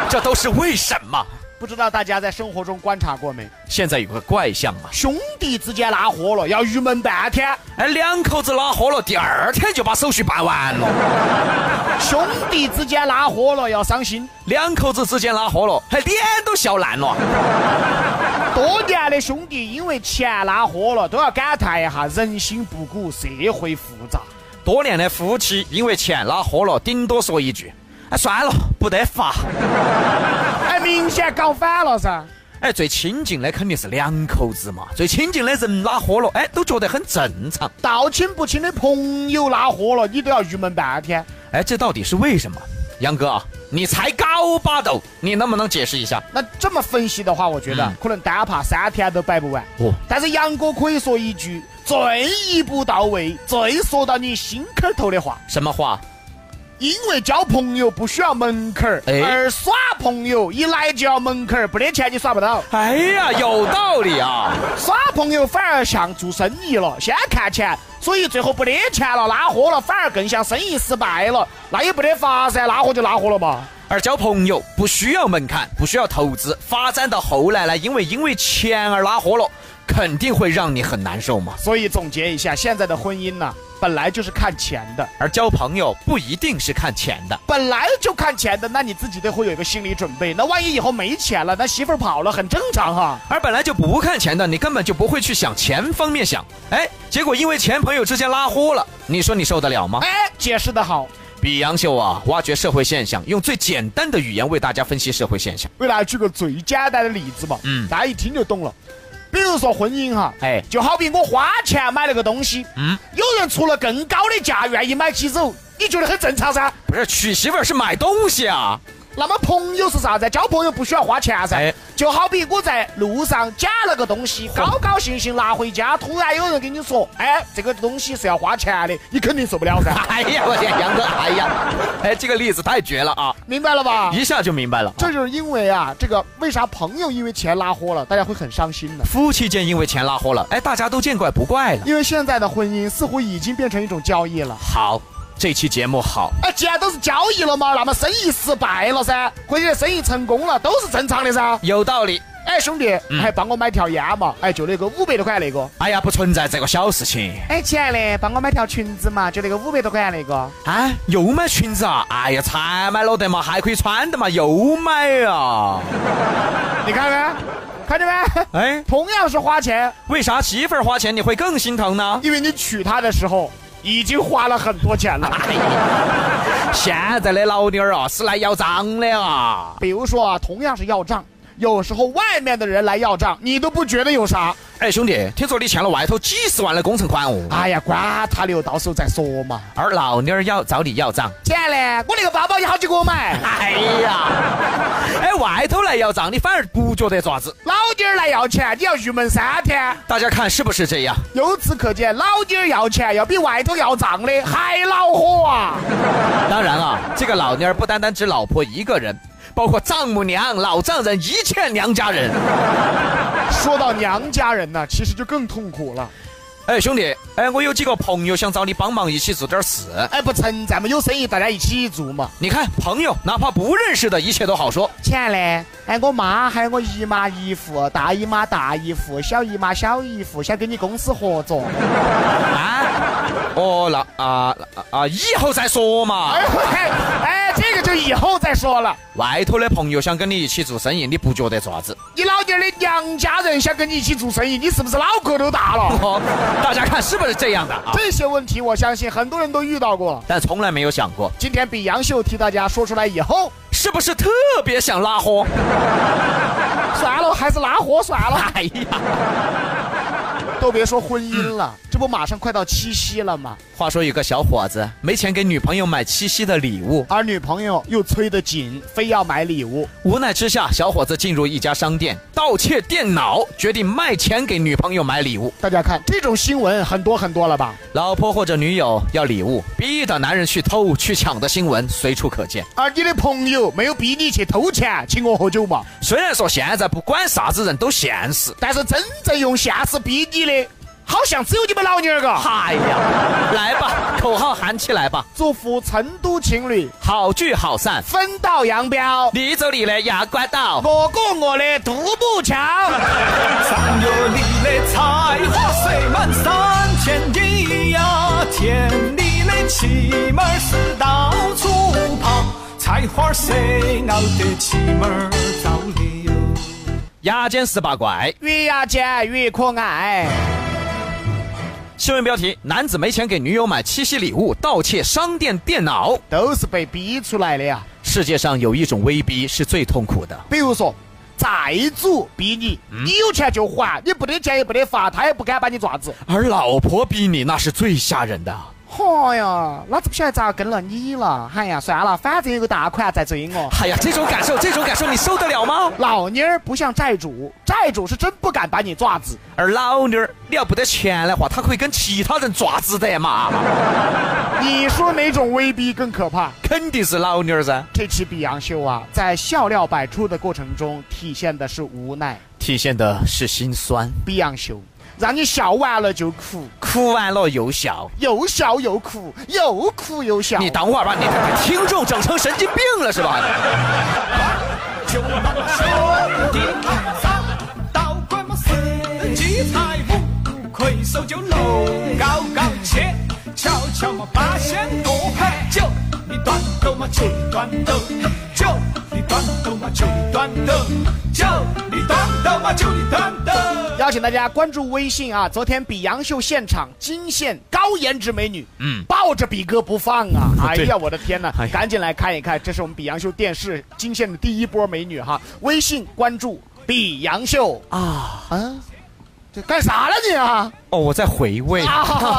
B: 这都是为什么？
C: 不知道大家在生活中观察过没？
B: 现在有个怪象啊，
C: 兄弟之间拉火了，要郁闷半天；
B: 哎，两口子拉豁了，第二天就把手续办完了。
C: 兄弟之间拉火了，要伤心。
B: 两口子之间拉豁了，还脸都笑烂了。
C: 多年的兄弟因为钱拉火了，都要感叹一下人心不古，社会复杂。
B: 多年的夫妻因为钱拉豁了，顶多说一句：“哎，算了，不得发。
C: 哎，明显搞反了噻。”
B: 哎，最亲近的肯定是两口子嘛，最亲近的人拉豁了，哎，都觉得很正常。
C: 道亲不亲的朋友拉火了，你都要郁闷半天。
B: 哎，这到底是为什么？杨哥啊，你才高八斗，你能不能解释一下？
C: 那这么分析的话，我觉得、可能单怕三天都摆不完。
B: 嗯哦
C: 但是杨哥可以说一句最一步到位、最说到你心坎儿头的话。
B: 什么话？
C: 因为交朋友不需要门槛儿，
B: 哎
C: 而耍朋友一来就要门槛儿，不得钱你耍不到。
B: 哎呀，有道理啊！
C: 耍朋友反而像做生意了，先看钱，所以最后不得钱了，拉货了，反而更像生意失败了。那也不得法噻，拉货就拉货了嘛。
B: 而交朋友不需要门槛，不需要投资，发展到后来呢，因为因为钱而拉豁了，肯定会让你很难受嘛。
C: 所以总结一下，现在的婚姻呢，本来就是看钱的，
B: 而交朋友不一定是看钱的，
C: 本来就看钱的，那你自己都会有一个心理准备。那万一以后没钱了，那媳妇儿跑了，很正常哈。
B: 而本来就不看钱的，你根本就不会去想钱方面想。哎，结果因为钱朋友之间拉豁了，你说你受得了吗？
C: 哎，解释的好，
B: 比杨秀啊，挖掘社会现象，用最简单的语言为大家分析社会现象。
C: 为大家哎举个最简单的例子嘛，
B: 嗯
C: 大家一听就懂了。比如说婚姻哈，
B: 哎
C: 就好比我花钱买了个东西，嗯，有人出了更高的价愿意买起走，你觉得很正常噻？
B: 不是娶媳妇儿是买东西啊，
C: 那么朋友是啥子？交朋友不需要花钱噻。
B: 哎
C: 就好比我在路上捡了个东西，高高兴兴拿回家，突然有人跟你说，哎，这个东西是要花钱的，你肯定受不了噻，
B: 哎呀，我天，杨哥，哎呀，哎，这个例子太绝了啊，
C: 明白了吧？
B: 一下就明白了。
C: 这就是因为啊，这个为啥朋友因为钱拉豁了，大家会很伤心呢？
B: 夫妻间因为钱拉豁了，哎，大家都见怪不怪了。
C: 因为现在的婚姻似乎已经变成一种交易了。
B: 好，这期节目好，
C: 哎，既然都是交易了嘛，那么生意失败了噻，或者生意成功了，都是正常的噻。
B: 有道理。
C: 哎兄弟，还帮我买条烟嘛？哎，就那个五百多块那个。
B: 哎呀，不存在这个小事情
C: 哎，亲爱的，帮我买条裙子嘛，就那个五百多块那个。
B: 啊！又买裙子啊？哎呀，才买了得嘛，还可以穿的嘛，又买啊！
C: 你看没？看见没？
B: 哎，
C: 同样是花钱，
B: 为啥媳妇儿花钱你会更心疼呢？
C: 因为你娶她的时候已经花了很多钱了。
B: 现在的老妞儿啊，是来要账的啊！
C: 比如说啊，同样是要账，有时候外面的人来要账，你都不觉得有啥。
B: 哎，兄弟，听说你欠了外头几十万的工程款哦？
C: 哎呀，管他的，到时候再说嘛。
B: 而老妞儿要找你要账，
C: 亲爱的，我那个包包有好几个买。
B: 哎呀，哎，外头来要账，你反而不觉得爪子。
C: 老爹儿来要钱，你要郁闷三天。
B: 大家看是不是这样？
C: 由此可见，老爹儿要钱要比外头要账的还恼火啊！
B: 当然啊，这个老妞儿不单单指老婆一个人，包括丈母娘、老丈人、一切娘家人。
C: 说到娘家人呢，其实就更痛苦了。
B: 哎，兄弟，哎，我有几个朋友想找你帮忙，一起做点事。
C: 哎，不存在嘛，有生意大家一起做嘛。
B: 你看，朋友哪怕不认识的，一切都好说。
C: 亲爱的，哎，我妈还有我姨妈姨父、大姨妈大姨父、小姨妈小姨父，想跟你公司合作。
B: 啊，哦，那啊啊啊，以后再说嘛。
C: 哎哎哎，这个就以后再说了。
B: 外头的朋友想跟你一起做生意，你不觉得爪子？
C: 你老爹儿的娘家人想跟你一起做生意，你是不是脑壳都大 了？
B: 哦，大家看是不是这样的啊？
C: 这些问题，我相信很多人都遇到过了。
B: 但从来没有想过，
C: 今天比杨秀替大家说出来以后，
B: 是不是特别想拉豁？
C: 算了，还是拉货算了，
B: 哎呀，
C: 都别说婚姻了，这不马上快到七夕了吗？
B: 话说有个小伙子没钱给女朋友买七夕的礼物，
C: 而女朋友又催得紧，非要买礼物。
B: 无奈之下，小伙子进入一家商店盗窃电脑，决定卖钱给女朋友买礼物。
C: 大家看这种新闻很多很多了吧？
B: 老婆或者女友要礼物，逼的男人去偷去抢的新闻随处可见。
C: 而啊你的朋友没有逼你去偷钱请我喝酒嘛？
B: 虽然说现在不管啥子人都现实，
C: 但是真正用现实逼你的，好像只有你们老娘儿个。
B: 哎呀，来吧，口号喊起来吧，
C: 祝福成都情侣
B: 好聚好散，
C: 分道扬镳，
B: 你走你的牙关道。
C: 我过我的独木桥。
I: 三月里的菜花塞满山前地呀，田里的气妹儿是到处跑，菜花塞熬的气妹儿糟了哟。
B: 牙尖十八拐。
C: 越牙尖越可爱。
B: 新闻标题：男子没钱给女友买七夕礼物，盗窃商店电脑。
C: 都是被逼出来的呀。
B: 世界上有一种威逼是最痛苦的。
C: 比如说，债主逼你，你有钱就还，你不得钱也不得罚，他也不敢把你爪子。
B: 而老婆逼你，那是最吓人的。
C: 嚯哟，老子不晓得咋跟了你了。哎呀，算了，反正有个大款在追我。
B: 哎呀，这种感受，这 种感受，你受得了吗？
C: 老妮儿不像债主，债主是真不敢把你爪子。
B: 而老妞儿，你要不得钱的话，她会跟其他人爪子的嘛？
C: 你说哪种威逼更可怕？
B: 肯定是老妞儿噻，
C: 这期比洋秀啊，在笑料百出的过程中，体现的是无奈。
B: 体现的是心酸，
C: 比洋秀让你笑完了就哭，
B: 哭完了又笑。
C: 又笑又哭，又哭又笑。
B: 你等会儿把你的听众整成神经病了是吧？
I: 就把手顶上，倒拐么司机财物，魁首就楼高高切，悄悄么八仙多盘酒，你端斗嘛就端斗，酒你端斗嘛就你端斗，酒你端斗嘛就你端斗。
C: 邀请大家关注微信啊！昨天比洋秀现场惊现高颜值美女，嗯，抱着比哥不放啊！哎呀，我的天呐
B: 哎！
C: 赶紧来看一看，这是我们比洋秀电视惊现的第一波美女哈！微信关注比洋秀啊啊！这干啥了你啊？
B: 哦，我在回味。
C: 啊！